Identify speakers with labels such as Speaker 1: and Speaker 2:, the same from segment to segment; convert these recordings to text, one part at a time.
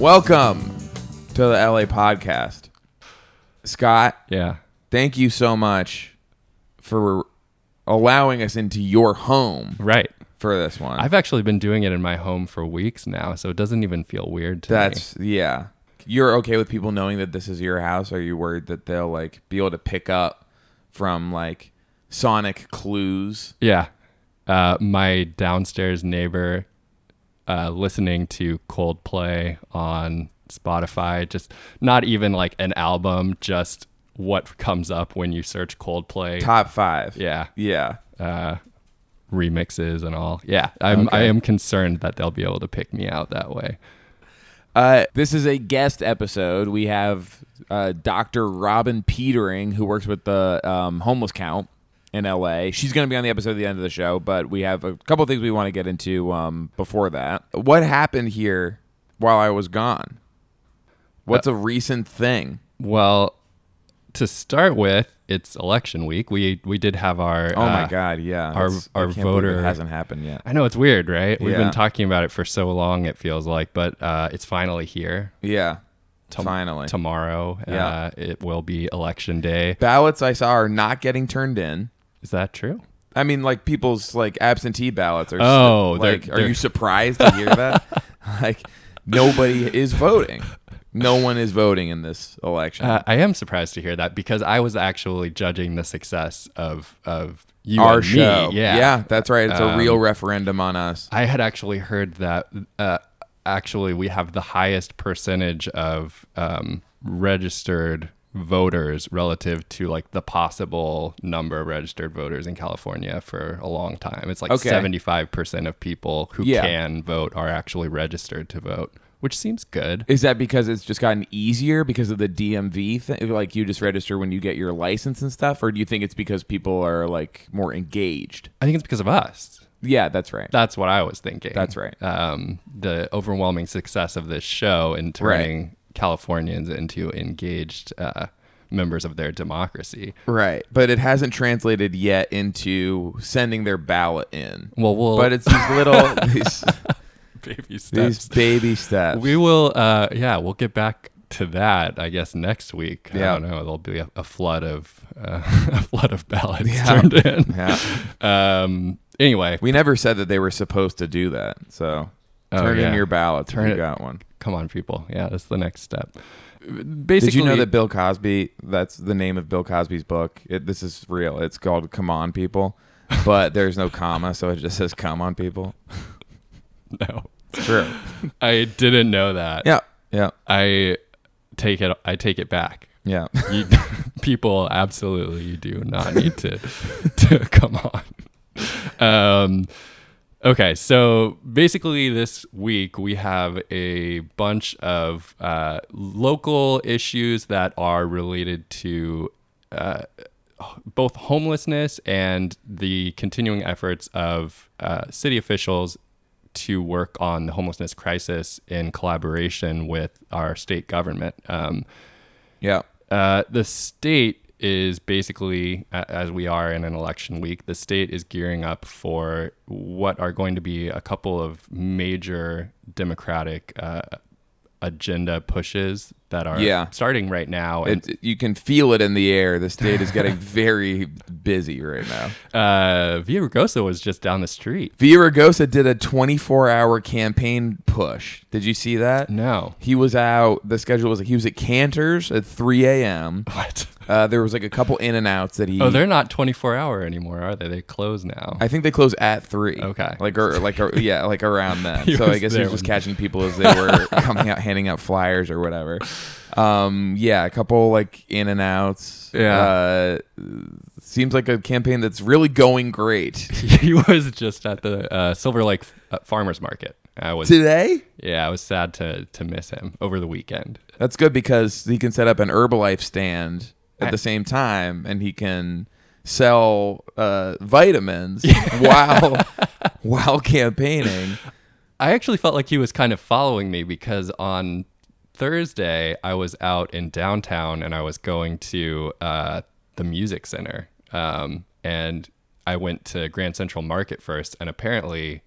Speaker 1: Welcome to the LA podcast. Scott,
Speaker 2: Yeah.
Speaker 1: thank you so much for allowing us into your home
Speaker 2: Right.
Speaker 1: for this one.
Speaker 2: I've actually been doing it in my home for weeks now, so it doesn't even feel weird to me.
Speaker 1: That's yeah. You're okay with people knowing that this is your house? Are you worried that they'll like be able to pick up from like sonic clues?
Speaker 2: Yeah. Uh, my downstairs neighbor uh, listening to Coldplay on Spotify, just not even like an album, just what comes up when you search Coldplay.
Speaker 1: Top five.
Speaker 2: Yeah.
Speaker 1: Yeah.
Speaker 2: Remixes and all. Yeah. I'm, I am concerned that they'll be able to pick me out that way.
Speaker 1: Uh, this is a guest episode. We have uh, Dr. Robin Petering, who works with the um, homeless count in LA. She's going to be on the episode at the end of the show, but we have a couple things we want to get into um, before that. What happened here while I was gone? What's a recent thing?
Speaker 2: Well, to start with, it's election week. We we did have our
Speaker 1: Oh my
Speaker 2: uh,
Speaker 1: God! Yeah,
Speaker 2: our-
Speaker 1: That's-
Speaker 2: our
Speaker 1: I can't believe
Speaker 2: voter-
Speaker 1: it hasn't happened yet.
Speaker 2: I know it's weird, right? We've
Speaker 1: Yeah.
Speaker 2: been talking about it for so long, it feels like, but uh, it's finally here.
Speaker 1: Yeah, finally,
Speaker 2: Tomorrow,
Speaker 1: Yeah.
Speaker 2: uh, it will be election day.
Speaker 1: ballots I saw are not getting turned in.
Speaker 2: Is that true?
Speaker 1: I mean, like people's like absentee ballots are.
Speaker 2: Oh, they're-
Speaker 1: like, are
Speaker 2: they're-
Speaker 1: you surprised to hear that? like nobody is voting. No one is voting in this election.
Speaker 2: Uh, I am surprised to hear that because I was actually judging the success of of you
Speaker 1: Our
Speaker 2: and me.
Speaker 1: show,
Speaker 2: Yeah, Um,
Speaker 1: that's right. It's a real referendum on us.
Speaker 2: I had actually heard that uh, actually we have the highest percentage of um, registered voters relative to like the possible number of registered voters in California for a long time. It's like
Speaker 1: Okay.
Speaker 2: 75% of people who
Speaker 1: Yeah.
Speaker 2: can vote are actually registered to vote, which seems good.
Speaker 1: Is that because it's just gotten easier because of the DMV thing? Like you just register when you get your license and stuff, or do you think it's because people are like more engaged?
Speaker 2: I think it's because of us.
Speaker 1: Yeah, that's right.
Speaker 2: That's what I was thinking.
Speaker 1: That's right.
Speaker 2: Um, the overwhelming success of this show in turning Californians into engaged uh, members of their democracy.
Speaker 1: Right, but it hasn't translated yet into sending their ballot in.
Speaker 2: Well, we'll
Speaker 1: But it's these little these,
Speaker 2: baby steps.
Speaker 1: these baby steps.
Speaker 2: we will. Uh, yeah, we'll get back to that. I guess next week.
Speaker 1: Yeah.
Speaker 2: I don't know. There'll be a, a flood of uh, a flood of ballots turned in.
Speaker 1: Yeah.
Speaker 2: Um. Anyway,
Speaker 1: We never said that they were supposed to do that. So
Speaker 2: Oh,
Speaker 1: turn in
Speaker 2: yeah.
Speaker 1: your ballots
Speaker 2: Turn
Speaker 1: if you
Speaker 2: it-
Speaker 1: got one.
Speaker 2: come on, people. Yeah, that's the next step.
Speaker 1: Did
Speaker 2: Basically,
Speaker 1: you know that Bill Cosby, that's the name of Bill Cosby's book? It, this is real. It's called Come On People, but there's no comma, so it just says Come On People.
Speaker 2: No,
Speaker 1: It's true.
Speaker 2: I didn't know that.
Speaker 1: Yeah. Yeah.
Speaker 2: I take it. I take it back.
Speaker 1: Yeah.
Speaker 2: You, people, absolutely, do not need to to come on. Um, okay, so basically, this week we have a bunch of uh, local issues that are related to uh, both homelessness and the continuing efforts of uh, city officials to work on the homelessness crisis in collaboration with our state government. Um,
Speaker 1: Yeah.
Speaker 2: uh, the state is basically, a- as we are in an election week, the state is gearing up for what are going to be a couple of major Democratic uh, agenda pushes that are
Speaker 1: Yeah.
Speaker 2: starting right now. And
Speaker 1: It, you can feel it in the air. The state is getting very busy right now.
Speaker 2: uh, Villaraigosa was just down the street.
Speaker 1: Villaraigosa did a 24 hour campaign push. Did you see that?
Speaker 2: No.
Speaker 1: He was out. The schedule was he was at Cantor's at 3 a.m.
Speaker 2: What?
Speaker 1: Uh, there was like a couple in and outs that he.
Speaker 2: Oh, they're not 24 hour anymore, are they? They close now.
Speaker 1: I think they close at three.
Speaker 2: Okay.
Speaker 1: Like or like or, yeah, like around that.
Speaker 2: He
Speaker 1: so I
Speaker 2: was
Speaker 1: guess he
Speaker 2: there
Speaker 1: was just
Speaker 2: when-
Speaker 1: catching people as they were coming out, handing out flyers or whatever. Um, yeah, a couple like in and outs.
Speaker 2: Yeah.
Speaker 1: Uh, seems like a campaign that's really going great
Speaker 2: he was just at the uh, Silver Lake uh, Farmers Market. I was,
Speaker 1: today.
Speaker 2: yeah, I was sad to to miss him over the weekend.
Speaker 1: That's good because he can set up an Herbalife stand at the same time, and he can sell uh, vitamins while while campaigning.
Speaker 2: I actually felt like he was kind of following me because on Thursday I was out in downtown and I was going to uh, the music center, um, and I went to Grand Central Market first, and apparently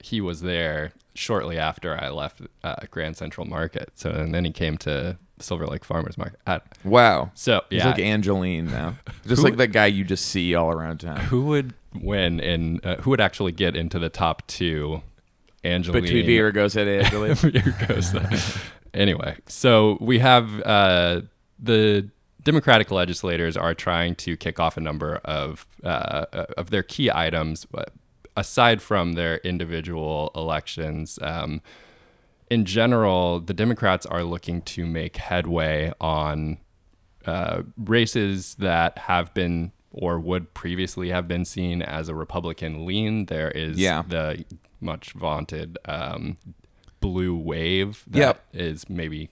Speaker 2: he was there shortly after I left uh, Grand Central Market. So and then he came to Silver Lake Farmers Market. I-
Speaker 1: Wow.
Speaker 2: so
Speaker 1: He's
Speaker 2: yeah,
Speaker 1: like Angeline now. Just like that guy you just see all around town.
Speaker 2: who would win and uh, who would actually get into the top two? Angeline
Speaker 1: Between Viergo's and Angeline.
Speaker 2: Here goes that. Anyway, so we have uh, the Democratic legislators are trying to kick off a number of uh, of their key items, but aside from their individual elections. Um, in general, the Democrats are looking to make headway on uh, races that have been or would previously have been seen as a Republican lean. There is
Speaker 1: Yeah.
Speaker 2: the much vaunted um, blue wave that is
Speaker 1: Yep.
Speaker 2: maybe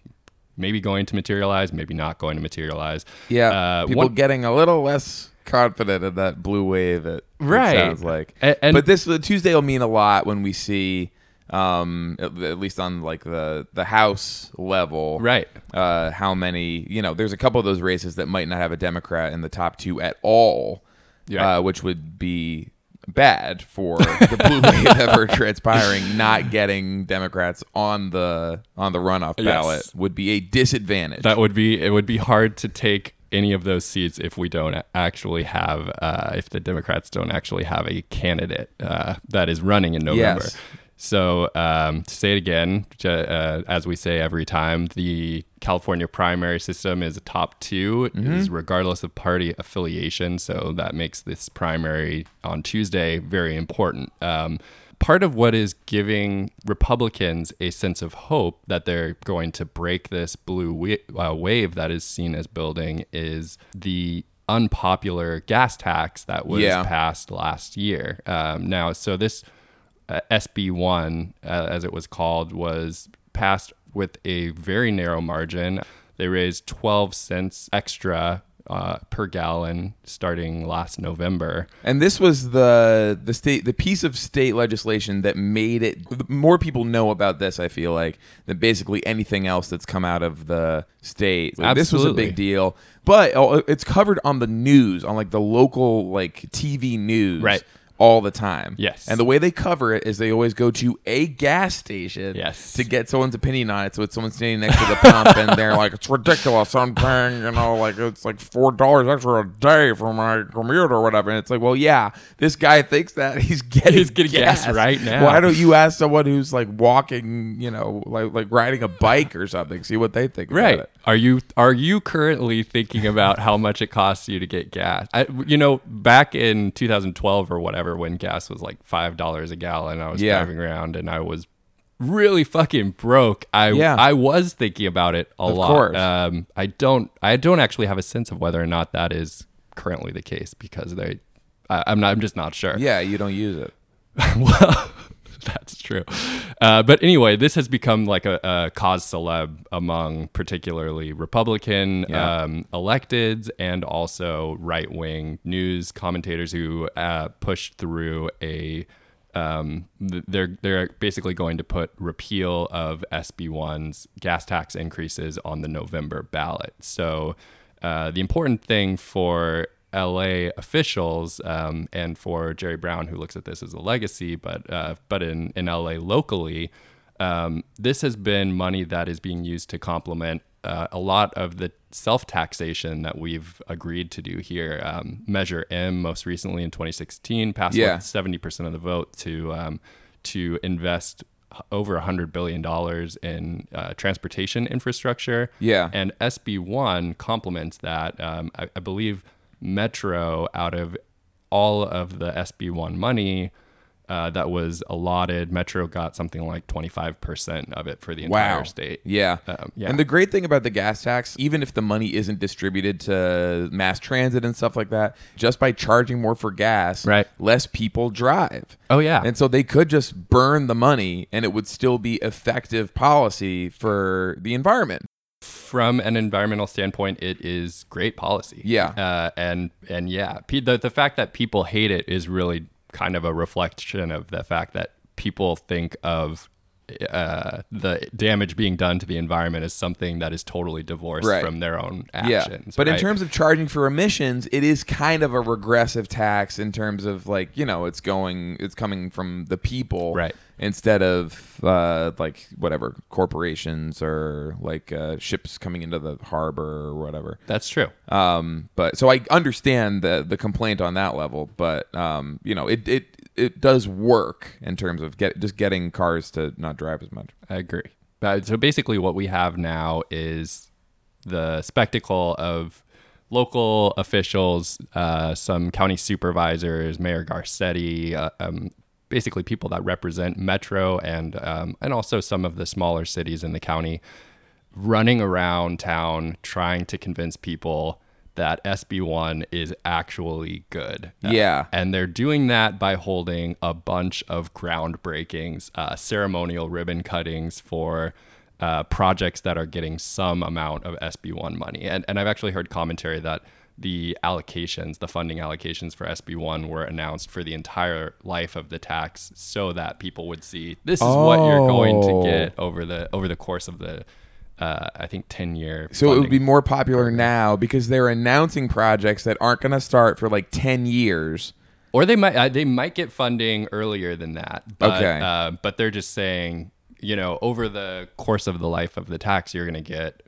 Speaker 2: maybe going to materialize, maybe not going to materialize.
Speaker 1: Yeah,
Speaker 2: Uh,
Speaker 1: people
Speaker 2: one-
Speaker 1: getting a little less confident in that blue wave. It, it
Speaker 2: Right.
Speaker 1: sounds like.
Speaker 2: A- and-
Speaker 1: but this the Tuesday will mean a lot when we see, um, at, at least on like the the House level,
Speaker 2: Right.
Speaker 1: Uh, how many? You know, there's a couple of those races that might not have a Democrat in the top two at all,
Speaker 2: Yeah.
Speaker 1: uh, which would be bad for the blue wave ever transpiring. Not getting Democrats on the on the runoff
Speaker 2: Yes.
Speaker 1: ballot would be a disadvantage.
Speaker 2: That would be it would be hard to take any of those seats if we don't actually have uh, if the Democrats don't actually have a candidate uh, that is running in November.
Speaker 1: Yes.
Speaker 2: So um, to say it again, ju- uh, as we say every time, the California primary system is a top 2 is regardless of party affiliation. So that makes this primary on Tuesday very important. Um, part of what is giving Republicans a sense of hope that they're going to break this blue wa- uh, wave that is seen as building is the unpopular gas tax that was
Speaker 1: Yeah.
Speaker 2: passed last year. Um, now, so this uh, SB1, uh, as it was called, was passed with a very narrow margin. They raised 12 cents extra uh, per gallon starting last November.
Speaker 1: And this was the the state the piece of state legislation that made it more people know about this. I feel like than basically anything else that's come out of the state. Like, this was a
Speaker 2: Absolutely.
Speaker 1: big deal, but oh, it's covered on the news, on like the local like TV news,
Speaker 2: Right.
Speaker 1: All the time.
Speaker 2: Yes.
Speaker 1: And the way they cover it is they always go to a gas station
Speaker 2: Yes.
Speaker 1: to get someone's opinion on it. So it's someone standing next to the pump and they're like, it's ridiculous. I'm paying, you know, like it's like four dollars extra a day for my commute or whatever. And it's like, well, yeah, this guy thinks that he's getting
Speaker 2: He's getting gas right now.
Speaker 1: Why don't you ask someone who's like walking, you know, like like riding a bike or something, see what they think
Speaker 2: Right.
Speaker 1: about it.
Speaker 2: Are you are you currently thinking about how much it costs you to get gas? I, you know, back in 2012 or whatever, when gas was like five dollars a gallon, I was
Speaker 1: Yeah.
Speaker 2: driving around and I was really fucking broke. I
Speaker 1: Yeah.
Speaker 2: I was thinking about it a lot.
Speaker 1: course.
Speaker 2: Um, I don't I don't actually have a sense of whether or not that is currently the case because they. I, I'm not. I'm just not sure.
Speaker 1: Yeah, you don't use it.
Speaker 2: Well, that's true. Uh, but anyway, this has become like a, a cause celeb among particularly Republican
Speaker 1: Yeah.
Speaker 2: um, electeds and also right wing news commentators who uh, pushed through a. Um, th- they're they're basically going to put repeal of SB1's gas tax increases on the November ballot. So uh, the important thing for LA officials um, and for Jerry Brown, who looks at this as a legacy, but uh, but in in LA locally, um, this has been money that is being used to complement uh, a lot of the self taxation that we've agreed to do here. Um, Measure M, most recently in 2016, passed
Speaker 1: Yeah.
Speaker 2: with 70% of the vote to um, to invest h- over $100 billion in uh, transportation infrastructure.
Speaker 1: Yeah.
Speaker 2: And SB1 complements that. Um, I, I believe Metro, out of all of the SB1 money uh, that was allotted, Metro got something like 25% of it for the entire state.
Speaker 1: Yeah.
Speaker 2: Um, yeah.
Speaker 1: And the great thing about the gas tax, even if the money isn't distributed to mass transit and stuff like that, just by charging more for gas,
Speaker 2: Right.
Speaker 1: less people drive.
Speaker 2: Oh, yeah.
Speaker 1: And so they could just burn the money and it would still be effective policy for the environment.
Speaker 2: from an environmental standpoint, it is great policy.
Speaker 1: Yeah.
Speaker 2: uh, and and yeah, pe- the the fact that people hate it is really kind of a reflection of the fact that people think of uh, the damage being done to the environment as something that is totally divorced
Speaker 1: Right.
Speaker 2: from their own
Speaker 1: Yeah.
Speaker 2: actions.
Speaker 1: But in
Speaker 2: right?
Speaker 1: terms of charging for emissions, it is kind of a regressive tax in terms of like, you know, it's going it's coming from the people.
Speaker 2: Right.
Speaker 1: instead of uh, like whatever corporations or like uh, ships coming into the harbor or whatever.
Speaker 2: That's true.
Speaker 1: Um, but so I understand the the complaint on that level, but um, you know it it it does work in terms of get just getting cars to not drive as much.
Speaker 2: I agree. But so basically, what we have now is the spectacle of local officials, uh, some county supervisors, Mayor Garcetti, uh, um, basically people that represent Metro and um, and also some of the smaller cities in the county, running around town trying to convince people that SB1 is actually good.
Speaker 1: Yeah.
Speaker 2: And they're doing that by holding a bunch of groundbreakings, uh, ceremonial ribbon cuttings for uh, projects that are getting some amount of SB1 money. And, and I've actually heard commentary that the allocations, the funding allocations for SB1 were announced for the entire life of the tax so that people would see this is what you're going
Speaker 1: Oh.
Speaker 2: to get over the over the course of the uh, I think 10 year
Speaker 1: So it would be more popular now because they're announcing projects that aren't going to start for like ten years.
Speaker 2: or they might uh, they might get funding earlier than that. But,
Speaker 1: Okay.
Speaker 2: uh, but they're just saying, you know, over the course of the life of the tax, you're going to get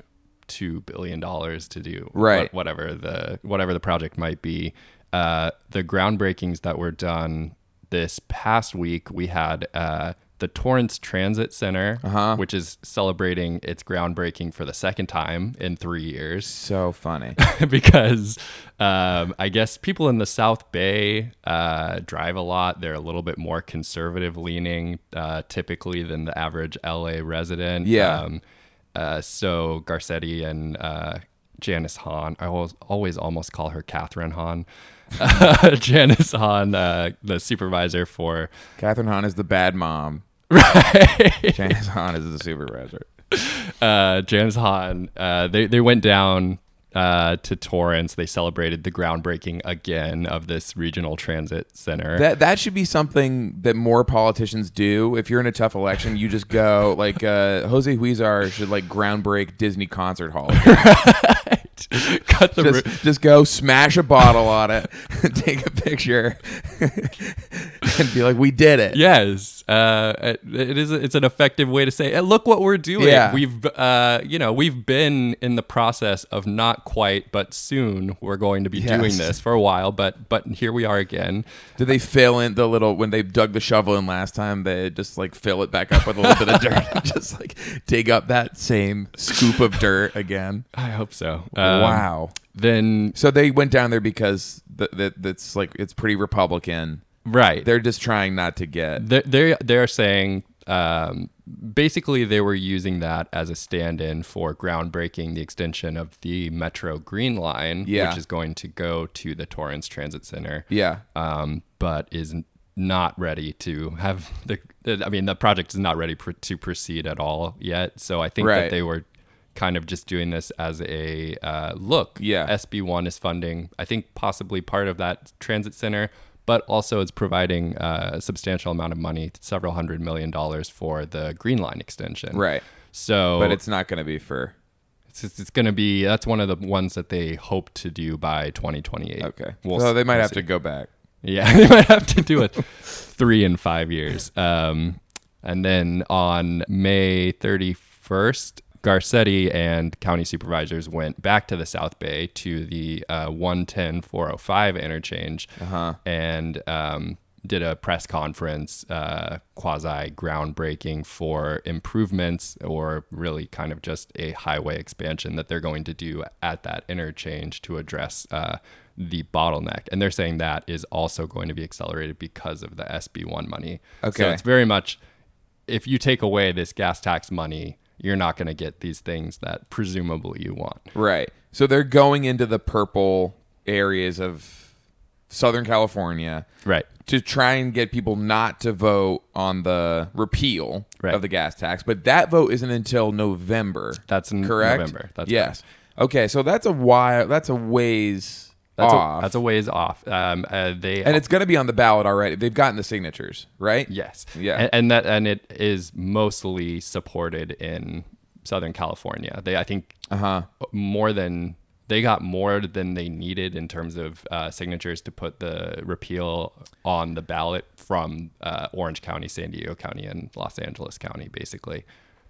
Speaker 2: two billion dollars to do wha-
Speaker 1: Right.
Speaker 2: whatever the whatever the project might be. Uh, the groundbreakings that were done this past week, we had uh, the Torrance Transit Center,
Speaker 1: Uh-huh.
Speaker 2: which is celebrating its groundbreaking for the second time in three years
Speaker 1: So funny.
Speaker 2: because um, I guess people in the South Bay uh, drive a lot. They're a little bit more conservative leaning, uh, typically, than the average LA resident.
Speaker 1: Yeah.
Speaker 2: Um, uh, so Garcetti and uh, Janice Hahn, I always, always almost call her Catherine Hahn. Uh, Janice Hahn, uh, the supervisor for
Speaker 1: Catherine Hahn is the bad mom. Right. Janice Hahn is the supervisor.
Speaker 2: uh, James Hahn, uh, they, they went down uh, to Torrance. They celebrated the groundbreaking again of this regional transit center.
Speaker 1: That that should be something that more politicians do. If you're in a tough election, you just go like uh, Jose Huizar should like groundbreak Disney concert hall.
Speaker 2: Cut the roo-
Speaker 1: Just, just go smash a bottle on it, take a picture, and be like, "We did it."
Speaker 2: Yes, uh, it- it is. It's an effective way to say, "Hey, "Look what we're doing.
Speaker 1: Yeah.
Speaker 2: We've, uh, you know, we've been in the process of not quite, but soon we're going to be doing
Speaker 1: Yes.
Speaker 2: this for a while. But, but here we are again.
Speaker 1: Did they fill in the little when they dug the shovel in last time? They just like fill it back up with a little bit of dirt, and just like dig up that same scoop of dirt again.
Speaker 2: I hope so. Um,
Speaker 1: wow.
Speaker 2: Then,
Speaker 1: So they went down there because th- th- that's like it's pretty Republican.
Speaker 2: right?
Speaker 1: They're just trying not to get.
Speaker 2: they they they're saying um, basically they were using that as a stand-in for groundbreaking the extension of the Metro Green Line,
Speaker 1: Yeah.
Speaker 2: which is going to go to the Torrance Transit Center,
Speaker 1: Yeah.
Speaker 2: um, but is n- not ready to have the. I mean, the project is not ready pr- to proceed at all yet. So I think that
Speaker 1: Right.
Speaker 2: they were kind of just doing this as a uh, look.
Speaker 1: Yeah.
Speaker 2: SB1 is funding, I think, possibly part of that transit center, but also it's providing uh, a substantial amount of money, several hundred million dollars for the Green Line extension.
Speaker 1: Right.
Speaker 2: So,
Speaker 1: But it's not going to be for.
Speaker 2: it's, it's, going to be that's one of the ones that they hope to do by 2028.
Speaker 1: Okay.
Speaker 2: We'll
Speaker 1: so
Speaker 2: s-
Speaker 1: they might
Speaker 2: we'll
Speaker 1: have
Speaker 2: see.
Speaker 1: to go back.
Speaker 2: Yeah, they might have to do it three and five years. Um, and then on May 31st, Garcetti and county supervisors went back to the South Bay to the uh, 110 405 interchange and um, did a press conference, uh, quasi groundbreaking for improvements or really kind of just a highway expansion that they're going to do at that interchange to address uh, the bottleneck. And they're saying that is also going to be accelerated because of the SB1 money. So
Speaker 1: Okay.
Speaker 2: it's very much if you take away this gas tax money, you're not going to get these things that presumably you want.
Speaker 1: Right. So they're going into the purple areas of Southern California
Speaker 2: Right.
Speaker 1: to try and get people not to vote on the repeal
Speaker 2: Right.
Speaker 1: of the gas tax. But that vote isn't until November.
Speaker 2: That's in
Speaker 1: correct.
Speaker 2: November. That's
Speaker 1: yes. Okay. So that's a while. That's a ways
Speaker 2: That's,
Speaker 1: off.
Speaker 2: A, that's a ways off. Um, uh, they
Speaker 1: and it's going to be on the ballot already. They've gotten the signatures, right?
Speaker 2: Yes.
Speaker 1: Yeah.
Speaker 2: And, and that and it is mostly supported in Southern California. They I think
Speaker 1: Uh huh.
Speaker 2: more than they got more than they needed in terms of uh, signatures to put the repeal on the ballot from uh, Orange County, San Diego County, and Los Angeles County, basically.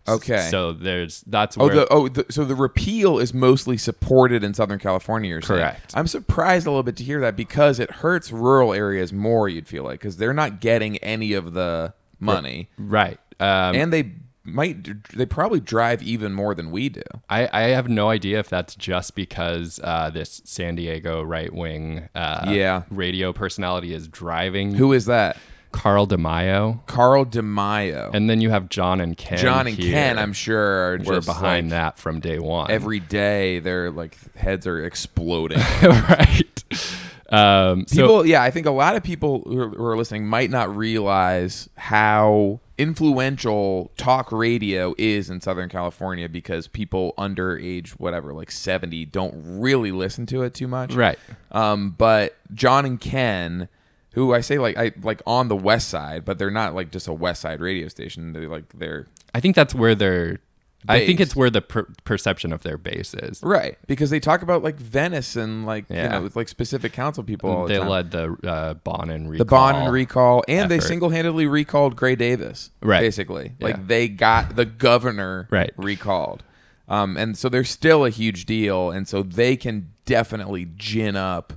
Speaker 1: Okay.
Speaker 2: So there's that's
Speaker 1: Oh,
Speaker 2: where
Speaker 1: the, oh the, so the repeal is mostly supported in Southern California, you're saying?
Speaker 2: Correct.
Speaker 1: I'm surprised a little bit to hear that because it hurts rural areas more, you'd feel like, because they're not getting any of the money.
Speaker 2: right. Um,
Speaker 1: And they might, they probably drive even more than we do.
Speaker 2: I, I have no idea if that's just because uh, this San Diego right wing uh,
Speaker 1: Yeah.
Speaker 2: radio personality is driving
Speaker 1: Who is that?
Speaker 2: Carl DeMaio.
Speaker 1: Carl DeMaio.
Speaker 2: And then you have John and Ken.
Speaker 1: John and
Speaker 2: here.
Speaker 1: Ken, I'm sure, are
Speaker 2: We're
Speaker 1: just
Speaker 2: behind
Speaker 1: like,
Speaker 2: that from day one.
Speaker 1: Every day, their like heads are exploding.
Speaker 2: right. Um, so
Speaker 1: People, yeah, I think a lot of people who are, who are listening might not realize how influential talk radio is in Southern California because people under age whatever, like seventy, don't really listen to it too much.
Speaker 2: right.
Speaker 1: Um, but John and Ken, who I say like I like on the West Side, but they're not like just a West Side radio station. They like they're
Speaker 2: I think that's where their. I think
Speaker 1: Based.
Speaker 2: it's where the per- perception of their base is.
Speaker 1: right because they talk about like Venice and like
Speaker 2: Yeah.
Speaker 1: you know with, like specific council people. all the
Speaker 2: They
Speaker 1: time.
Speaker 2: led the uh, Bonin recall.
Speaker 1: the Bond and recall, and they
Speaker 2: effort.
Speaker 1: single-handedly recalled Gray Davis.
Speaker 2: Right.
Speaker 1: basically,
Speaker 2: Yeah.
Speaker 1: like they got the governor
Speaker 2: Right.
Speaker 1: recalled, um, and so they're still a huge deal, and so they can definitely gin up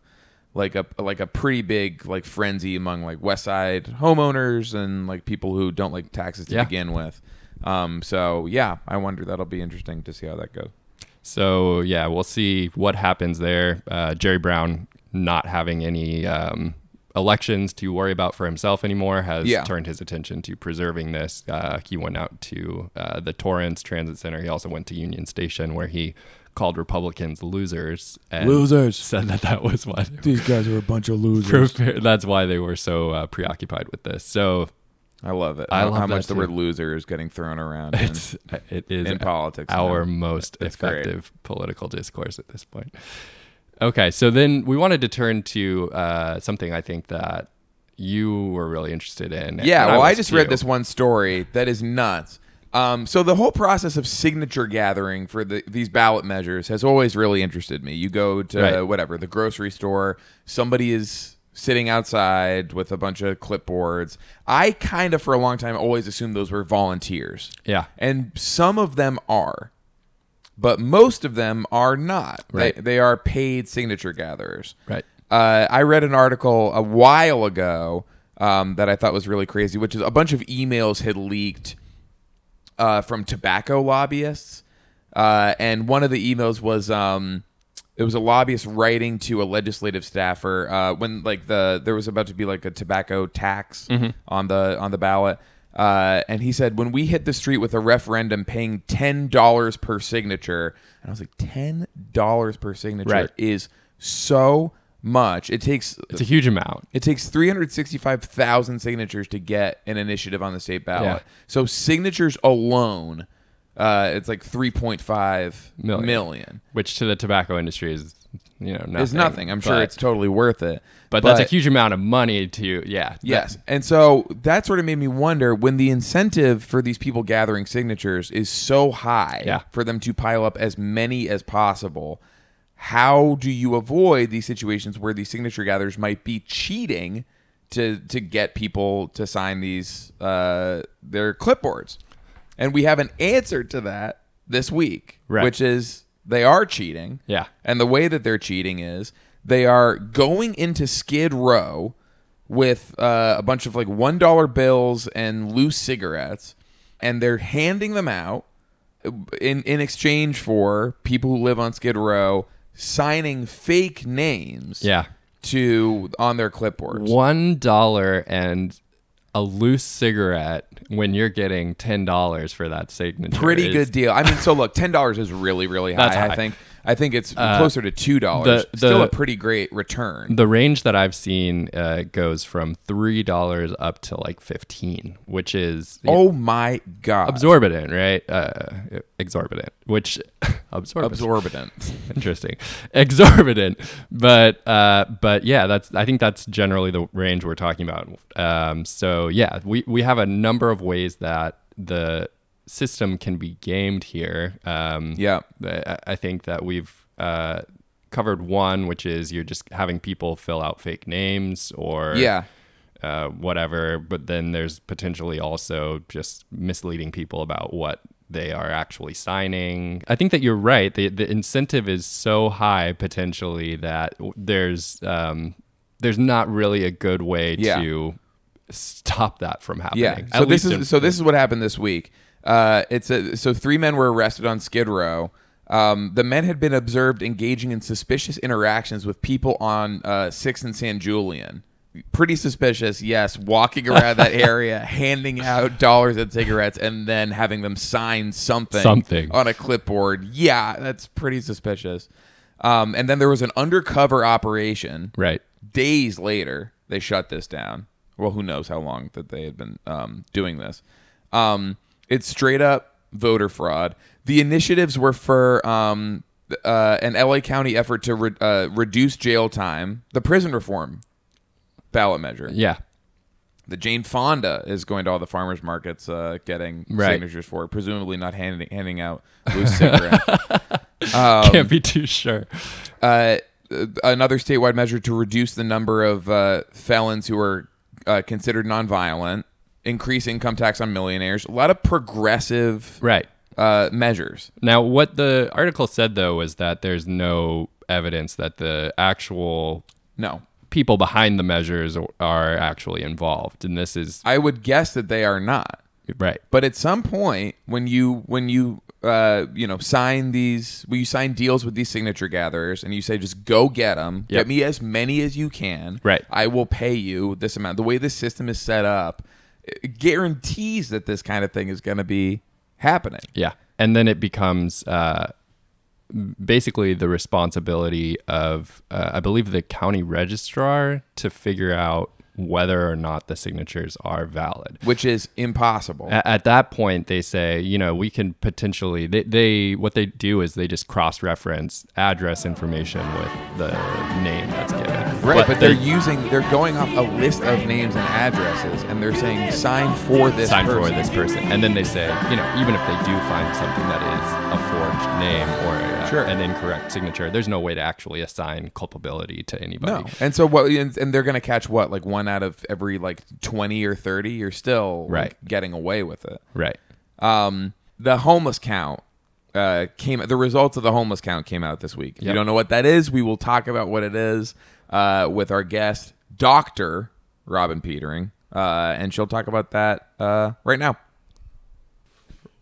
Speaker 1: like a like a pretty big like frenzy among like West Side homeowners and like people who don't like taxes to
Speaker 2: Yeah.
Speaker 1: begin with. Um, so yeah, I wonder that'll be interesting to see how that goes.
Speaker 2: So yeah, we'll see what happens there. Uh, Jerry Brown not having any um, elections to worry about for himself anymore has
Speaker 1: Yeah.
Speaker 2: turned his attention to preserving this. Uh, he went out to uh, the Torrance Transit Center. He also went to Union Station where he called Republicans losers and
Speaker 3: Losers.
Speaker 2: said that that was why they
Speaker 3: These guys are a bunch of
Speaker 2: were
Speaker 3: losers.
Speaker 2: that's why they were so uh, preoccupied with this. So
Speaker 1: I love it.
Speaker 2: I
Speaker 1: How-
Speaker 2: love
Speaker 1: how
Speaker 2: that
Speaker 1: much the
Speaker 2: too.
Speaker 1: word "loser" is getting thrown around in,
Speaker 2: it's it is
Speaker 1: in politics. now.
Speaker 2: our most
Speaker 1: great.
Speaker 2: effective political discourse at this point. Okay, so then we wanted to turn to uh, something I think that you were really interested in.
Speaker 1: Yeah,
Speaker 2: and
Speaker 1: well, I
Speaker 2: was
Speaker 1: just
Speaker 2: too.
Speaker 1: read this one story that is nuts. Um, so the whole process of signature gathering for the, these ballot measures has always really interested me. You go to
Speaker 2: Right.
Speaker 1: whatever the grocery store, somebody is sitting outside with a bunch of clipboards. I kind of, for a long time, always assumed those were volunteers,
Speaker 2: Yeah,
Speaker 1: and some of them are, but most of them are not. They,
Speaker 2: Right.
Speaker 1: they are paid signature gatherers.
Speaker 2: right.
Speaker 1: Uh, I read an article a while ago um, that I thought was really crazy, which is a bunch of emails had leaked uh, from tobacco lobbyists, uh, and one of the emails was um, it was a lobbyist writing to a legislative staffer uh, when like the there was about to be like a tobacco tax on the on the ballot. Uh, and he said, when we hit the street with a referendum paying ten dollars per signature, and I was like, ten dollars per signature
Speaker 2: Right.
Speaker 1: is so much. It takes
Speaker 2: It's a huge amount.
Speaker 1: it takes 365,000 signatures to get an initiative on the state ballot.
Speaker 2: Yeah.
Speaker 1: So signatures alone, uh, it's like 3.5
Speaker 2: Million.
Speaker 1: million.
Speaker 2: Which to the tobacco industry is, you know, nothing.
Speaker 1: It's nothing. I'm sure
Speaker 2: but-
Speaker 1: it's totally worth it.
Speaker 2: But, that's a huge amount of money to. Yeah. that-
Speaker 1: Yes. And so that sort of made me wonder when the incentive for these people gathering signatures is so high
Speaker 2: Yeah.
Speaker 1: for them to pile up as many as possible, how do you avoid these situations where these signature gatherers might be cheating to to get people to sign these uh, their clipboards? And we have an answer to that this week,
Speaker 2: Right.
Speaker 1: which is they are cheating.
Speaker 2: Yeah.
Speaker 1: And the way that they're cheating is they are going into Skid Row with uh, a bunch of like $1 bills and loose cigarettes, and they're handing them out uh, in, in exchange for people who live on Skid Row signing fake names
Speaker 2: Yeah.
Speaker 1: to on their clipboards.
Speaker 2: One dollar and a loose cigarette when you're getting ten dollars for that signature.
Speaker 1: Pretty
Speaker 2: is
Speaker 1: good deal. I mean, so look, ten dollars is really, really high,
Speaker 2: That's high. Uh,
Speaker 1: I think. I think it's closer to two dollars.
Speaker 2: the-
Speaker 1: Still
Speaker 2: the-
Speaker 1: a pretty great return.
Speaker 2: The range that I've seen uh, goes from three dollars up to like fifteen, which is
Speaker 1: oh my god,
Speaker 2: absorbent, right? Uh, exorbitant, which absorbent,
Speaker 1: absorbent.
Speaker 2: interesting, exorbitant. But uh, but yeah, that's I think that's generally the range we're talking about. Um, so yeah, we we have a number of ways that the system can be gamed here. Um,
Speaker 1: Yeah.
Speaker 2: I, I think that we've uh, covered one, which is you're just having people fill out fake names or
Speaker 1: Yeah.
Speaker 2: uh, whatever. But then there's potentially also just misleading people about what they are actually signing. I think that you're right. The the incentive is so high potentially that w- there's um, there's not really a good way
Speaker 1: Yeah.
Speaker 2: to stop that from happening.
Speaker 1: Yeah.
Speaker 2: At
Speaker 1: So this
Speaker 2: least in-
Speaker 1: is so this is what happened this week. Uh, it's a, so three men were arrested on Skid Row. Um, the men had been observed engaging in suspicious interactions with people on uh, Six and San Julian. Pretty suspicious, yes. Walking around that area, handing out dollars and cigarettes, and then having them sign something
Speaker 2: Something.
Speaker 1: on a clipboard. Yeah, that's pretty suspicious. Um, and then there was an undercover operation
Speaker 2: right.
Speaker 1: days later they shut this down well who knows how long that they had been um, doing this um, it's straight up voter fraud the initiatives were for um, uh, an la county effort to re- uh, reduce jail time the prison reform ballot measure
Speaker 2: Yeah.
Speaker 1: the jane fonda is going to all the farmers markets uh, getting
Speaker 2: Right.
Speaker 1: signatures for it presumably not handing, handing out loose cigarettes Um,
Speaker 2: Can't be too sure.
Speaker 1: uh, another statewide measure to reduce the number of uh, felons who are uh, considered nonviolent, increase income tax on millionaires, a lot of progressive
Speaker 2: Right.
Speaker 1: uh, measures.
Speaker 2: Now, what the article said though was that there's no evidence that the actual
Speaker 1: No,
Speaker 2: people behind the measures are actually involved, and this is
Speaker 1: I would guess that they are not.
Speaker 2: right.
Speaker 1: But at some point, when you when you uh, you know sign these, when you sign deals with these signature gatherers, and you say just go get them,
Speaker 2: Yep.
Speaker 1: get me as many as you can.
Speaker 2: Right.
Speaker 1: I will pay you this amount. The way this system is set up it guarantees that this kind of thing is going to be happening.
Speaker 2: Yeah, and then it becomes uh, basically the responsibility of uh, I believe the county registrar to figure out whether or not the signatures are valid.
Speaker 1: which is impossible.
Speaker 2: A- At that point, they say, you know, we can potentially they, they what they do is they just cross reference address information with the name that's given.
Speaker 1: right, but, they're
Speaker 2: they-
Speaker 1: using they're going off a list of names and addresses and they're saying sign for this
Speaker 2: sign for
Speaker 1: person.
Speaker 2: this person. And then they say, you know, even if they do find something that is a forged name or uh,
Speaker 1: Sure.
Speaker 2: an incorrect signature, there's no way to actually assign culpability to anybody.
Speaker 1: No. Oh. And so what and, and they're going to catch what like one out of every like 20 or 30 you're still like,
Speaker 2: Right.
Speaker 1: getting away with it.
Speaker 2: Right.
Speaker 1: Um the homeless count uh came the results of the homeless count came out this week. If you
Speaker 2: Yep.
Speaker 1: don't know what that is, we will talk about what it is uh with our guest Dr. Robin Petering. Uh and she'll talk about that uh right now.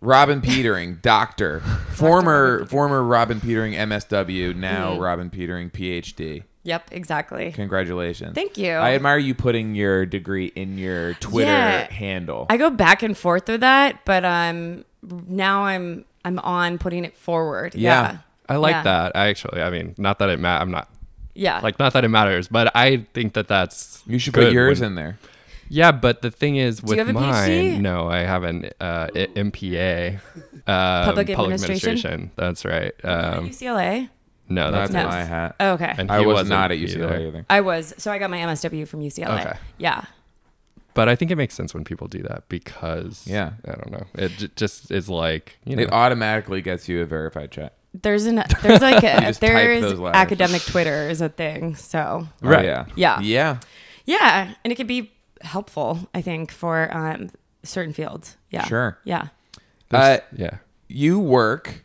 Speaker 1: Robin Petering, doctor, former former Robin Mm-hmm. Petering MSW, now Robin Petering PhD.
Speaker 3: Yep, exactly.
Speaker 1: Congratulations.
Speaker 3: Thank you.
Speaker 1: I admire you putting your degree in your Twitter
Speaker 3: Yeah.
Speaker 1: handle.
Speaker 3: I go back and forth with that, but um now I'm I'm on putting it forward.
Speaker 1: Yeah.
Speaker 3: Yeah.
Speaker 2: I like
Speaker 3: Yeah.
Speaker 2: that. I actually, I mean, not that it matters. I'm not
Speaker 3: Yeah.
Speaker 2: like not that it matters, but I think that that's
Speaker 1: you should
Speaker 2: good
Speaker 1: put yours
Speaker 2: when-
Speaker 1: in there.
Speaker 2: Yeah, but the thing is with
Speaker 3: you have a PhD?
Speaker 2: mine, no, I have an uh, I- MPA, um,
Speaker 3: Public administration?
Speaker 2: That's right. Um,
Speaker 3: UCLA.
Speaker 2: no, that's
Speaker 1: That's
Speaker 3: No.
Speaker 1: my hat.
Speaker 3: Oh, okay.
Speaker 2: And-
Speaker 1: I
Speaker 2: He
Speaker 1: was
Speaker 2: wasn't
Speaker 1: not at UCLA
Speaker 2: either.
Speaker 1: either.
Speaker 3: I was. So I got my MSW from UCLA.
Speaker 2: Okay.
Speaker 3: Yeah.
Speaker 2: but I think it makes sense when people do that because
Speaker 1: Yeah.
Speaker 2: I don't know. It j- just is like you know,
Speaker 1: It automatically gets you a verified check.
Speaker 3: There's an there's like a
Speaker 1: just type
Speaker 3: there's
Speaker 1: those letters.
Speaker 3: academic Twitter is a thing. So
Speaker 2: Right.
Speaker 1: Oh, yeah.
Speaker 3: Yeah.
Speaker 1: Yeah.
Speaker 3: yeah. And it could be helpful, I think, for um certain fields. Yeah.
Speaker 1: Sure.
Speaker 3: Yeah.
Speaker 1: Uh,
Speaker 2: yeah.
Speaker 1: you work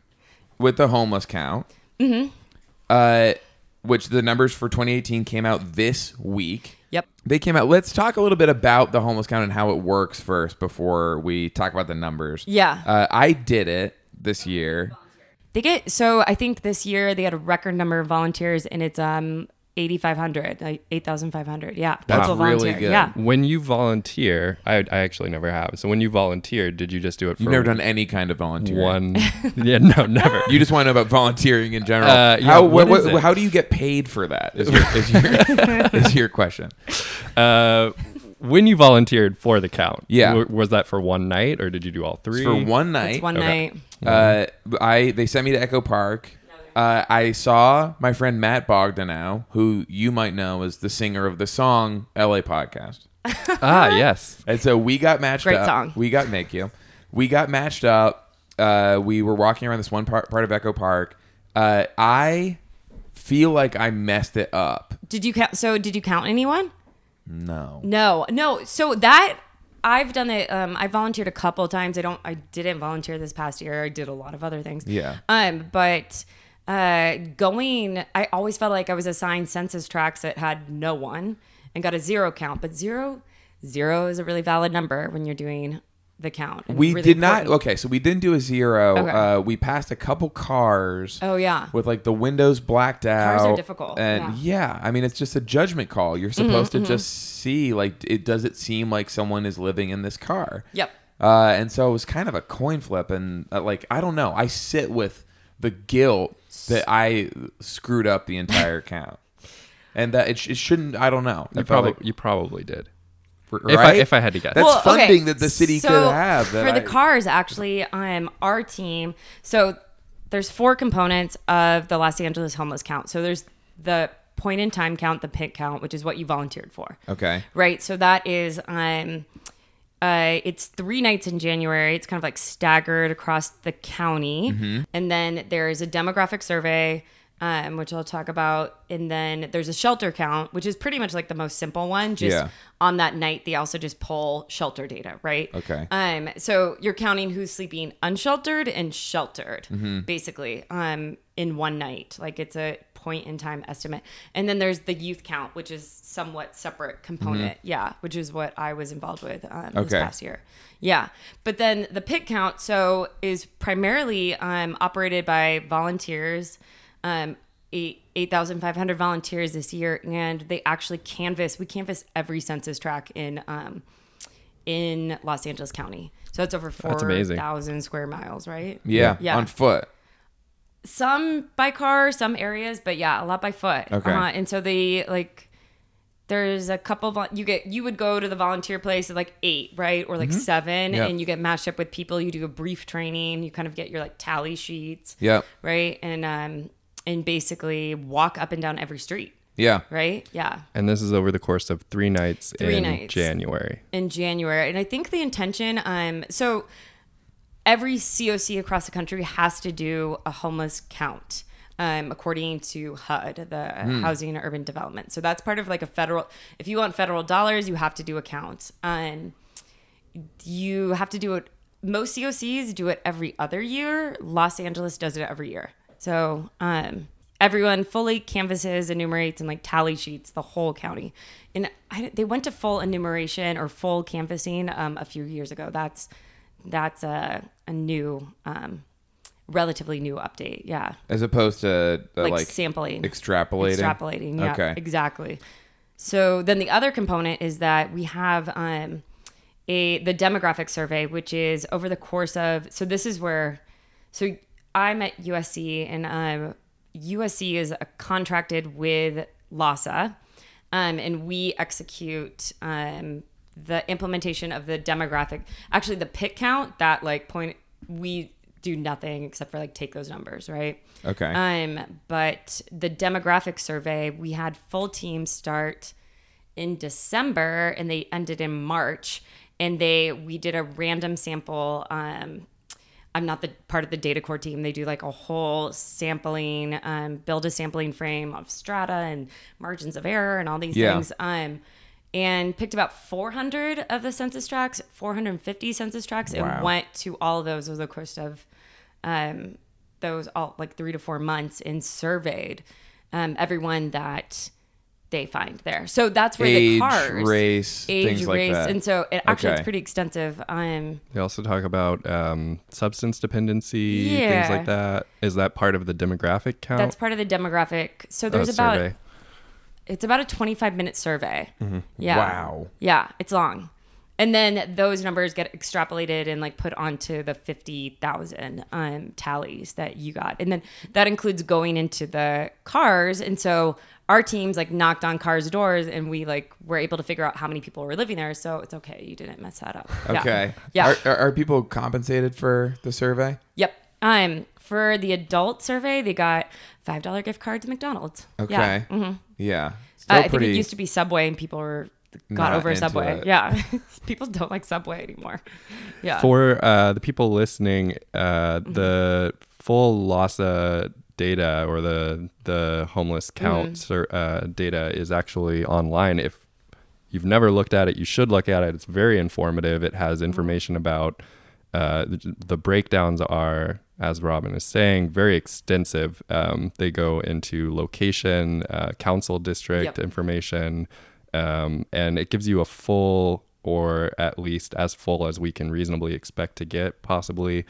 Speaker 1: with the homeless count, mm-hmm. uh, which the numbers for 2018 came out this week.
Speaker 3: Yep.
Speaker 1: They came out. Let's talk a little bit about the homeless count and how it works first before we talk about the numbers.
Speaker 3: Yeah.
Speaker 1: Uh, I did it this year.
Speaker 3: They get so I think this year they had a record number of volunteers and it's um 8,500, like 8,500. Yeah,
Speaker 1: That's
Speaker 3: people
Speaker 1: really
Speaker 3: volunteer.
Speaker 1: good.
Speaker 3: Yeah,
Speaker 2: When you volunteer, I, I actually never have. So when you volunteer, did you just do it for
Speaker 1: You've never done any kind of volunteering.
Speaker 2: one? yeah, no, never.
Speaker 1: You just want to know about volunteering in general.
Speaker 2: Uh, yeah,
Speaker 1: how
Speaker 2: what
Speaker 1: what-
Speaker 2: is
Speaker 1: what-
Speaker 2: it?
Speaker 1: how do you get paid for that? Is your, is your, is your question?
Speaker 2: Uh, when you volunteered for the count,
Speaker 1: Yeah.
Speaker 2: w- was that for one night or did you do all three?
Speaker 1: for one
Speaker 3: it's
Speaker 1: night.
Speaker 3: one
Speaker 2: Okay.
Speaker 3: night.
Speaker 1: Uh, I they sent me to Echo Park. Uh, I saw my friend Matt Bogdanow, who you might know as the singer of the song "L.A. Podcast."
Speaker 2: Ah, yes.
Speaker 1: And so we got matched
Speaker 3: Great
Speaker 1: up.
Speaker 3: song.
Speaker 1: We got thank you. We got matched up. Uh, we were walking around this one part, part of Echo Park. Uh, I feel like I messed it up.
Speaker 3: Did you count? So did you count anyone?
Speaker 1: No.
Speaker 3: No, no. So that I've done it. Um, I volunteered a couple times. I don't. I didn't volunteer this past year. I did a lot of other things.
Speaker 1: Yeah.
Speaker 3: Um, but uh, going, I always felt like I was assigned census tracts that had no one and got a zero count. But zero, zero is a really valid number when you're doing the count. and
Speaker 1: We
Speaker 3: really
Speaker 1: did not.
Speaker 3: important.
Speaker 1: Okay, so we didn't do a zero.
Speaker 3: Okay.
Speaker 1: Uh, we passed a couple cars.
Speaker 3: Oh yeah.
Speaker 1: With like the windows blacked out.
Speaker 3: are difficult, Mm-hmm,
Speaker 1: And yeah. I mean, it's just a judgment call. You're supposed to just see like it. Does it seem like someone is living in this car?
Speaker 3: Yep.
Speaker 1: Uh, and so it was kind of a coin flip, and uh, like I don't know. I sit with the guilt that I screwed up the entire count, and that it, sh- it shouldn't. I don't know.
Speaker 2: You
Speaker 1: It felt
Speaker 2: probably you probably did.
Speaker 1: like-
Speaker 2: If I
Speaker 1: right?
Speaker 2: if I had to guess.
Speaker 1: That's- funding that the city could have that
Speaker 3: for the
Speaker 1: I-
Speaker 3: cars. Actually, um, our team. So there's four components of the Los Angeles homeless count. So there's the point in time count, the pit count, which is what you volunteered for.
Speaker 1: okay.
Speaker 3: Right. So that is um uh it's three nights in January. It's kind of like staggered across the county.
Speaker 1: Mm-hmm.
Speaker 3: And then there's a demographic survey um, which I'll talk about. And then there's a shelter count, which is pretty much like the most simple one. Just
Speaker 1: Yeah.
Speaker 3: on that night, they also just pull shelter data, right?
Speaker 1: Okay.
Speaker 3: Um, so you're counting who's sleeping unsheltered and sheltered, basically, um, in one night. Like it's a point in time estimate. And then there's the youth count, which is somewhat separate component. Yeah, which is what I was involved with um, this
Speaker 1: Okay.
Speaker 3: past year. Yeah, but then the pit count so is primarily um, operated by volunteers. Um, eight- 8,500 volunteers this year, and they actually canvass. We canvass every census tract in um, in Los Angeles County. So that's over
Speaker 2: That's amazing.
Speaker 3: 4,000 square miles, right?
Speaker 1: Yeah,
Speaker 3: Yeah.
Speaker 1: On foot.
Speaker 3: Some by car, some areas, but yeah, a lot by foot.
Speaker 1: Okay.
Speaker 3: Uh-huh. And so they like, there's a couple vol- you get you would go to the volunteer place at like eight right or like seven
Speaker 1: Mm-hmm. Yeah.
Speaker 3: and you get matched up with people you do a brief training you kind of get your like tally sheets
Speaker 1: Yep.
Speaker 3: right and um and basically walk up and down every street
Speaker 1: Yeah.
Speaker 3: right yeah
Speaker 2: and this is over the course of three nights
Speaker 3: Three
Speaker 2: in
Speaker 3: nights.
Speaker 2: January.
Speaker 3: in January. And I think the intention, um, so every COC across the country has to do a homeless count. Um, according to HUD, the Housing and Urban Development. So that's part of like a federal. If you want federal dollars, you have to do a count. Um, you have to do it. Most COCs do it every other year. Los Angeles does it every year. So um, everyone fully canvasses, enumerates, and like tally sheets the whole county. And I, they went to full enumeration or full canvassing um, a few years ago. That's that's a, a new, um, relatively new update. Yeah,
Speaker 1: As opposed to uh,
Speaker 3: like,
Speaker 1: like,
Speaker 3: sampling
Speaker 1: extrapolating.
Speaker 3: extrapolating. Yeah,
Speaker 1: Okay.
Speaker 3: exactly. So then the other component is that we have um, a the demographic survey, which is over the course of. So this is where, so I'm at USC, and um, USC is uh, contracted with LASA, um, and we execute. Um, the implementation of the demographic actually the pit count that like point we do nothing except for like take those numbers right
Speaker 1: Okay.
Speaker 3: um, but the demographic survey, we had full teams start in December and they ended in March. And they we did a random sample. Um, I'm not the part of the data core team. They do like a whole sampling, um, build a sampling frame of strata and margins of error and all these
Speaker 1: Yeah.
Speaker 3: things. Um, and picked about 400 of the census tracts, 450 census tracts,
Speaker 1: Wow.
Speaker 3: and went to all of those over the course of um, those all like three to four months and surveyed um, everyone that they find there. So that's where the
Speaker 1: Age,
Speaker 3: cars,
Speaker 1: race,
Speaker 3: age,
Speaker 1: things like
Speaker 3: race,
Speaker 1: that.
Speaker 3: and so it actually
Speaker 1: Okay.
Speaker 3: it's pretty extensive. Um,
Speaker 2: They also talk about um, substance dependency, things
Speaker 3: Yeah.
Speaker 2: like that. Is that part of the demographic
Speaker 1: Oh.
Speaker 2: count?
Speaker 3: that's part of the demographic. So there's
Speaker 2: uh,
Speaker 3: about
Speaker 2: survey?
Speaker 3: it's about a 25 minute survey. Yeah.
Speaker 1: Mm-hmm. Wow.
Speaker 3: Yeah, it's long. And then those numbers get extrapolated and like put onto the 50,000 um, tallies that you got. And then that includes going into the cars. And so our teams like knocked on cars' doors and we like were able to figure out how many people were living there. So it's okay. You didn't mess that up. Yeah.
Speaker 1: Okay.
Speaker 3: Yeah.
Speaker 1: Are, are, are people compensated for the survey?
Speaker 3: Yep. Um, for the adult survey, they got $5 gift cards to McDonald's. Yeah.
Speaker 1: Okay. Yeah.
Speaker 3: Uh,
Speaker 1: Still
Speaker 3: I think
Speaker 1: pretty.
Speaker 3: it used to be Subway, and people were
Speaker 1: Not
Speaker 3: got over
Speaker 1: into
Speaker 3: Subway.
Speaker 1: it.
Speaker 3: Yeah, people don't like Subway anymore. Yeah, Mm-hmm.
Speaker 2: For uh, the people listening, uh, the full LASA data or the the homeless count
Speaker 3: Mm.
Speaker 2: ser- uh, data is actually online. If you've never looked at it, you should look at it. It's very informative. It has information about uh, the, the breakdowns are, as Robin is saying, very extensive. Um, they go into location, uh, council district
Speaker 3: Yep.
Speaker 2: information, um, and it gives you a full, or at least as full as we can reasonably expect to get, possibly.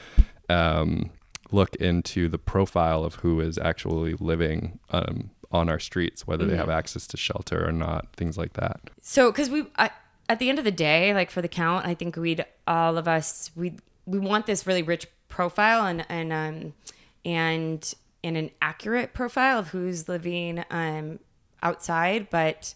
Speaker 2: Um, look into the profile of who is actually living um, on our streets, whether they have access to shelter or not, things like that.
Speaker 3: So, because we I, at the end of the day, like for the count, I think we'd all of us we we want this really rich profile and and um and and an accurate profile of who's living um outside, but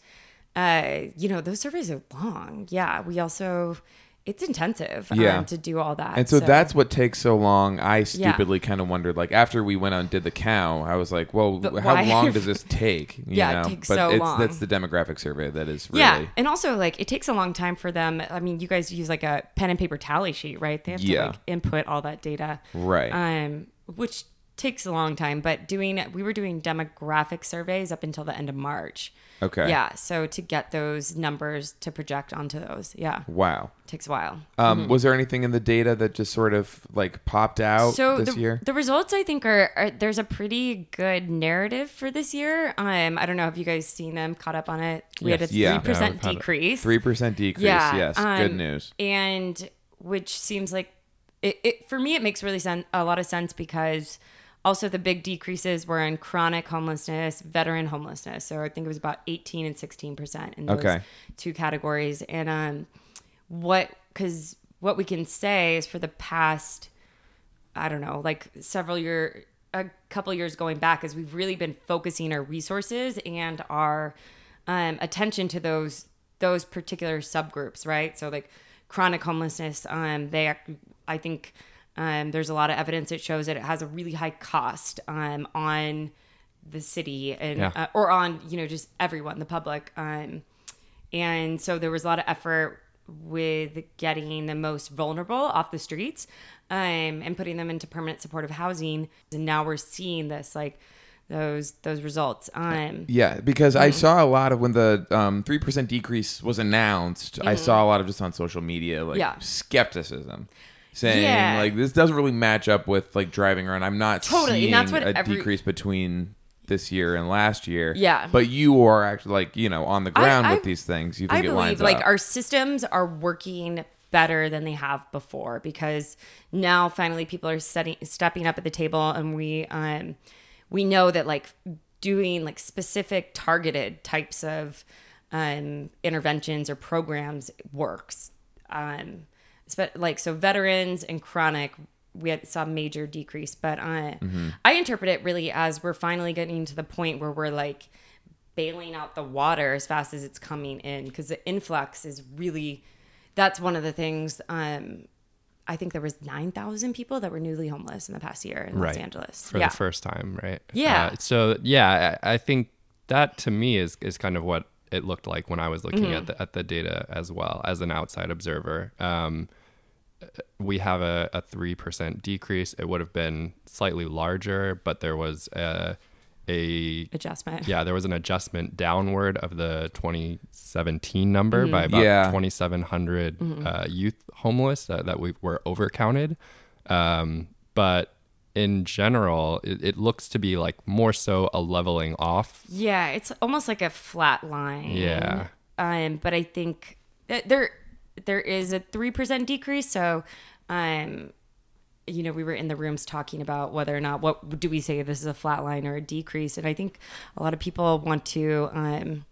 Speaker 3: uh you know those surveys are long. Yeah, we also it's intensive
Speaker 1: Yeah.
Speaker 3: um, to do all that.
Speaker 1: And so, that's what takes so long. I stupidly kind of wondered, like after we went on did the cow, I was like, well,
Speaker 3: But
Speaker 1: how
Speaker 3: why?
Speaker 1: long does this take? You
Speaker 3: Yeah, it
Speaker 1: know?
Speaker 3: takes
Speaker 1: but
Speaker 3: so
Speaker 1: it's,
Speaker 3: long.
Speaker 1: That's the demographic survey that is really.
Speaker 3: Yeah, and also like it takes a long time for them. I mean, you guys use like a pen and paper tally sheet, right? They have
Speaker 1: Yeah.
Speaker 3: to like input all that data,
Speaker 1: Right.
Speaker 3: Um, which takes a long time. But doing we were doing demographic surveys up until the end of March.
Speaker 1: Okay.
Speaker 3: Yeah, so to get those numbers to project onto those, yeah,
Speaker 1: Wow.
Speaker 3: takes a while.
Speaker 1: Um, Was there anything in the data that just sort of like popped out
Speaker 3: so
Speaker 1: Oh, this
Speaker 3: the,
Speaker 1: year?
Speaker 3: the results I think are, are there's a pretty good narrative for this year. Um, I don't know if you guys seen them, caught up on it. We had a
Speaker 2: Yes.
Speaker 3: three
Speaker 1: Yeah. Yeah,
Speaker 3: percent
Speaker 2: we've had it.
Speaker 3: decrease.
Speaker 1: Three percent decrease. yes. Good
Speaker 3: um,
Speaker 1: news.
Speaker 3: And which seems like it, it for me, it makes really sen- a lot of sense because also the big decreases were in chronic homelessness, veteran homelessness. So I think it was about 18 and 16 percent in those
Speaker 1: Okay.
Speaker 3: two categories. And um, what because what we can say is for the past I don't know, like several year, a couple years going back, is we've really been focusing our resources and our um, attention to those those particular subgroups, right? So like chronic homelessness, um, they, ac- I think, um, there's a lot of evidence that shows that it has a really high cost um, on the city and
Speaker 2: Yeah.
Speaker 3: uh, or on you know just everyone, the public. Um, and so there was a lot of effort with getting the most vulnerable off the streets um, and putting them into permanent supportive housing. And now we're seeing this, like those those results. Um,
Speaker 1: Yeah, because I saw a lot of when the um, three percent decrease was announced. I saw a lot of just on social media like
Speaker 3: Mm-hmm. Yeah.
Speaker 1: skepticism, saying
Speaker 3: Yeah.
Speaker 1: like this doesn't really match up with like driving around. I'm not
Speaker 3: Totally,
Speaker 1: seeing
Speaker 3: and that's what
Speaker 1: a
Speaker 3: every-
Speaker 1: decrease between this year and last year.
Speaker 3: Yeah.
Speaker 1: but you are actually like you know on the ground
Speaker 3: I-
Speaker 1: with these things. You think
Speaker 3: I
Speaker 1: it lines
Speaker 3: believe like
Speaker 1: up.
Speaker 3: our systems are working better than they have before because now finally people are setting stepping up at the table and we um we know that like doing like specific targeted types of um interventions or programs works um but like so veterans and chronic we had saw a major decrease but uh,
Speaker 1: Mm-hmm.
Speaker 3: i interpret it really as we're finally getting to the point where we're like bailing out the water as fast as it's coming in because the influx is really that's one of the things um i think there was 9000 people that were newly homeless in the past year in los angeles
Speaker 2: for
Speaker 3: yeah
Speaker 2: the first time, right?
Speaker 3: Yeah.
Speaker 2: Uh, so yeah, I, I think that to me is is kind of what it looked like when I was looking at
Speaker 3: Mm-hmm.
Speaker 2: the at the data as well as an outside observer. Um, we have a a three percent decrease. It would have been slightly larger, but there was a a
Speaker 3: adjustment
Speaker 2: yeah, there was an adjustment downward of the 2017 number by about
Speaker 1: Yeah.
Speaker 2: 2,700 uh, youth homeless that, that we were overcounted. Um, but in general, it, it looks to be like more so a leveling off.
Speaker 3: yeah it's almost like a flat line
Speaker 2: Yeah.
Speaker 3: um but i think that there there is a 3% decrease so um you know we were in the rooms talking about whether or not what do we say this is a flat line or a decrease and i think a lot of people want to um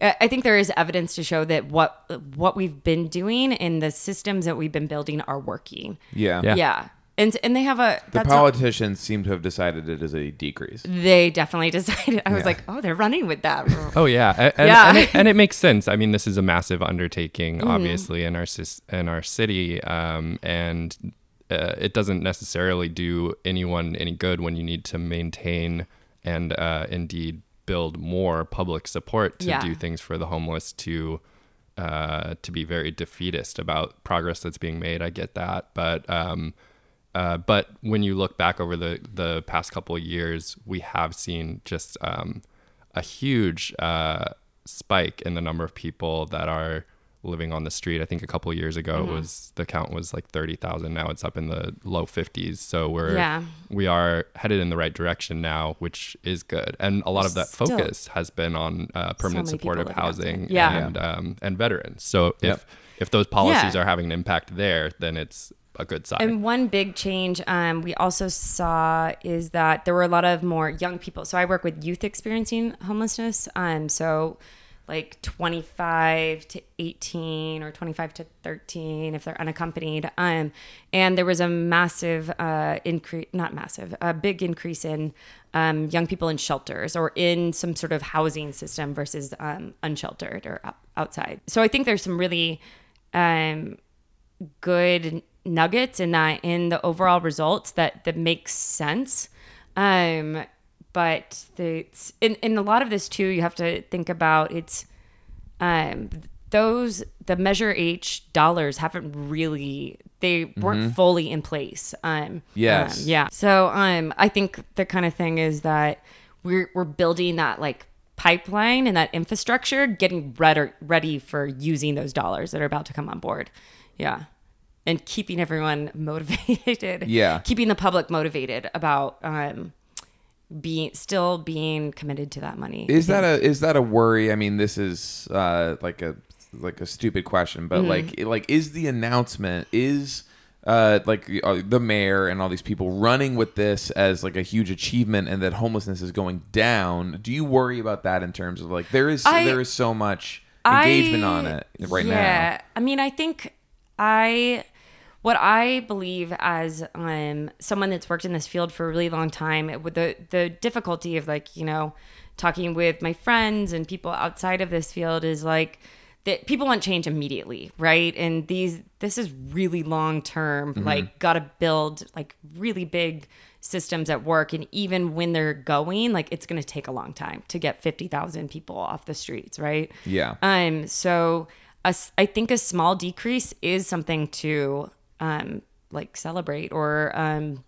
Speaker 3: I I think there is evidence to show that what what we've been doing and the systems that we've been building are working.
Speaker 1: yeah,
Speaker 2: Yeah.
Speaker 3: and and they have a
Speaker 1: The
Speaker 3: that's not-
Speaker 1: politicians seem to have decided it is a decrease.
Speaker 3: they definitely decided. I was
Speaker 1: Yeah.
Speaker 3: like, oh, they're running with that.
Speaker 2: Oh yeah, A- and,
Speaker 3: Yeah. Mm-hmm.
Speaker 2: and, it, and it makes sense. I mean, this is a massive undertaking, obviously, in our cis- in our city, um, and uh, it doesn't necessarily do anyone any good when you need to maintain and uh, indeed build more public support to
Speaker 3: Yeah.
Speaker 2: do things for the homeless to uh, to be very defeatist about progress that's being made. I get that, but um, Uh, but when you look back over the, the past couple of years, we have seen just um, a huge uh, spike in the number of people that are living on the street. I think a couple of years ago
Speaker 3: Mm-hmm.
Speaker 2: it was the count was like thirty thousand. Now it's up in the low fifties. So we're
Speaker 3: Yeah.
Speaker 2: we are headed in the right direction now, which is good. And a lot of that
Speaker 3: Still-
Speaker 2: focus has been on uh, permanent
Speaker 3: many people
Speaker 2: supportive
Speaker 3: living out there.
Speaker 2: housing
Speaker 3: Yeah.
Speaker 2: and um, and veterans. So if
Speaker 1: Yep.
Speaker 2: if those policies
Speaker 3: Yeah.
Speaker 2: are having an impact there, then it's a good sign.
Speaker 3: And one big change um, we also saw is that there were a lot of more young people. So I work with youth experiencing homelessness. Um, so like 25 to 18 or 25 to 13 if they're unaccompanied. Um, and there was a massive uh, increase, not massive, a big increase in um, young people in shelters or in some sort of housing system versus um, unsheltered or out- outside. So I think there's some really um, good nuggets in that in the overall results that that makes sense um but the it's- in in a lot of this too you have to think about it's um those the measure h dollars haven't really they weren't fully in place um
Speaker 1: Yes.
Speaker 3: um, yeah so um i think the kind of thing is that we're we're building that like pipeline and that infrastructure getting ready ready for using those dollars that are about to come on board yeah and keeping everyone motivated
Speaker 1: Yeah.
Speaker 3: keeping the public motivated about um being still being committed to that money
Speaker 1: Is that a is that a worry? I mean, this is uh, like a like a stupid question, but like
Speaker 3: Mm-hmm.
Speaker 1: like is the announcement is uh, like uh, the mayor and all these people running with this as like a huge achievement, and that homelessness is going down. Do you worry about that in terms of like there is
Speaker 3: I-
Speaker 1: there is so much engagement
Speaker 3: I-
Speaker 1: on it right
Speaker 3: yeah. I mean, I think I what I believe as um someone that's worked in this field for a really long time it- with the the difficulty of like, you know, talking with my friends and people outside of this field is like that people want change immediately, right? And these this is really long term,
Speaker 1: Mm-hmm.
Speaker 3: like got to build like really big systems at work and even when they're going, like it's going to take a long time to get 50,000 people off the streets, right?
Speaker 1: now. Yeah,
Speaker 3: Um, so a s- I think a small decrease is something to um, like celebrate or um,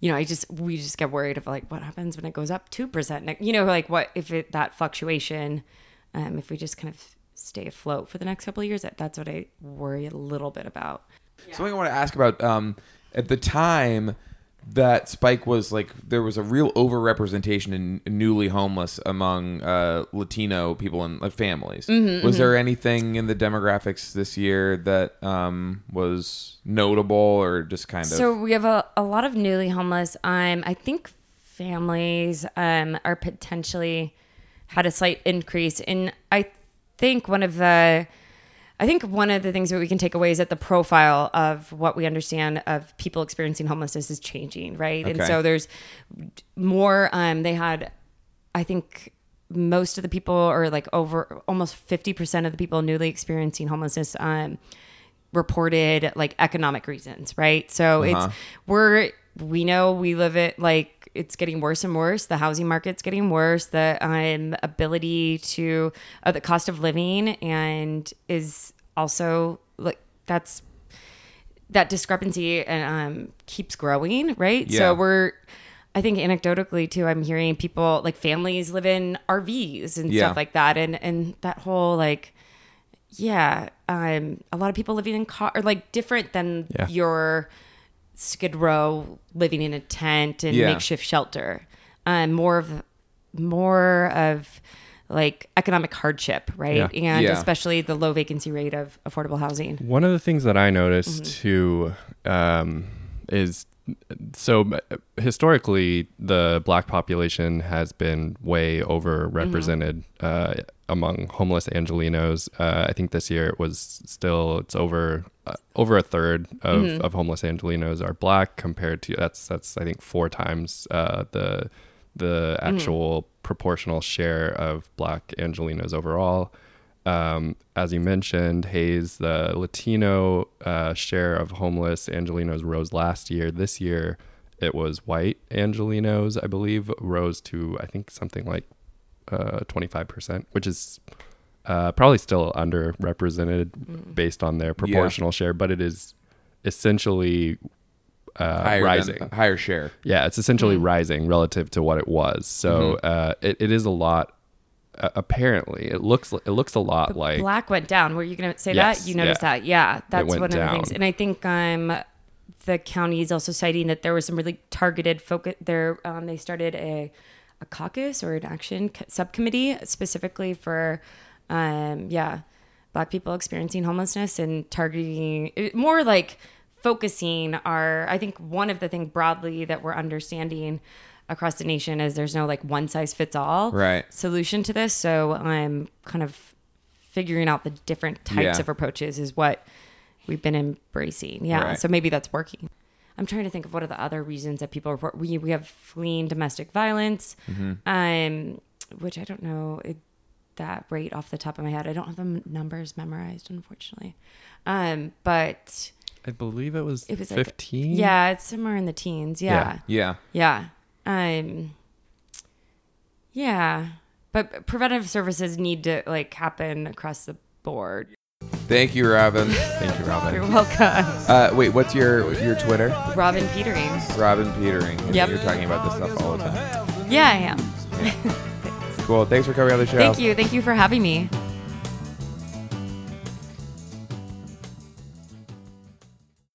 Speaker 3: you know, I just we just get worried of like what happens when it goes up two percent. You know, like what if it that fluctuation? Um, if we just kind of stay afloat for the next couple of years, that, that's what I worry a little bit about.
Speaker 1: Something I want to ask about um, at the time that Spike was like, there was a real overrepresentation in newly homeless among uh, Latino people and uh, families.
Speaker 3: Mm-hmm,
Speaker 1: was there anything in the demographics this year that um, was notable or just kind of?
Speaker 3: So we have a, a lot of newly homeless. Um, I think families um, are potentially had a slight increase, and I think one of the I think one of the things that we can take away is that the profile of what we understand of people experiencing homelessness is changing, right? And
Speaker 1: Okay.
Speaker 3: so there's more. Um, they had, I think, most of the people, or like over almost fifty percent of the people newly experiencing homelessness, um, reported like economic reasons, right? So it's we're we know we live it like it's getting worse and worse. The housing market's getting worse. The um, ability to uh, the cost of living and is also like that's that discrepancy and um, keeps growing, right?
Speaker 1: Yeah.
Speaker 3: So we're, I think anecdotally too, I'm hearing people like families live in RVs and
Speaker 1: Yeah.
Speaker 3: stuff like that, and and that whole like, yeah, um, a lot of people living in car are like different than
Speaker 2: Yeah.
Speaker 3: your Skid Row living in a tent and
Speaker 1: Yeah.
Speaker 3: makeshift shelter, um, more of more of like economic hardship, right?
Speaker 2: Yeah.
Speaker 3: And
Speaker 1: Yeah.
Speaker 3: especially the low vacancy rate of affordable housing.
Speaker 2: One of the things that I noticed too um, is so uh, historically the black population has been way overrepresented uh, among homeless Angelinos. Uh, I think this year it was still it's over uh, over a third of, of homeless Angelinos are black compared to that's that's I think four times uh, the the actual proportional share of black Angelinos overall um, as you mentioned, Hayes, the Latino uh, share of homeless Angelinos rose last year. This year, it was white Angelinos, I believe, rose to I think something like twenty five percent, which is uh, probably still underrepresented based on their proportional share, but it is essentially uh,
Speaker 1: higher than-
Speaker 2: rising.
Speaker 1: higher share.
Speaker 2: Yeah, it's essentially
Speaker 3: Mm.
Speaker 2: rising relative to what it was. So
Speaker 3: Mm-hmm.
Speaker 2: uh, it, it is a lot. Uh, apparently, it looks it looks a lot like
Speaker 3: black went down. Were you going to say
Speaker 2: Yes,
Speaker 3: that? You noticed
Speaker 2: yeah.
Speaker 3: that? Yeah, that's
Speaker 2: went
Speaker 3: one of the
Speaker 2: down.
Speaker 3: things. And I think um, the county is also citing that there was some really targeted focus. There, um, they started a a caucus or an action c- subcommittee specifically for, um, yeah, black people experiencing homelessness and targeting it- more like focusing our. I think one of the thing broadly that we're understanding across the nation is there's no like one size fits all
Speaker 1: Right.
Speaker 3: solution to this. So I'm kind of figuring out the different types
Speaker 1: Yeah.
Speaker 3: of approaches is what we've been embracing. Yeah.
Speaker 1: Right.
Speaker 3: So maybe that's working. I'm trying to think of what are the other reasons that people report. We, we have fleeing domestic violence,
Speaker 1: Mm-hmm.
Speaker 3: um, which I don't know it, that rate off the top of my head. I don't have the m- numbers memorized, unfortunately. Um, but
Speaker 2: I believe it was
Speaker 3: it was like-
Speaker 2: fifteen.
Speaker 3: yeah, it's somewhere in the teens.
Speaker 2: Yeah.
Speaker 1: Mm.
Speaker 3: yeah.
Speaker 1: Yeah.
Speaker 3: Yeah. Um Yeah. But preventive services need to like happen across the board.
Speaker 1: Thank you, Robin.
Speaker 2: Thank you, Robin.
Speaker 3: You're welcome.
Speaker 1: Uh, wait, what's your your Twitter?
Speaker 3: Robin Petering.
Speaker 1: Robin Petering.
Speaker 3: Yep.
Speaker 1: You're talking about this stuff all the time.
Speaker 3: Yeah, I am.
Speaker 1: Cool. Thanks for coming on the show.
Speaker 3: Thank you. Thank you for having me.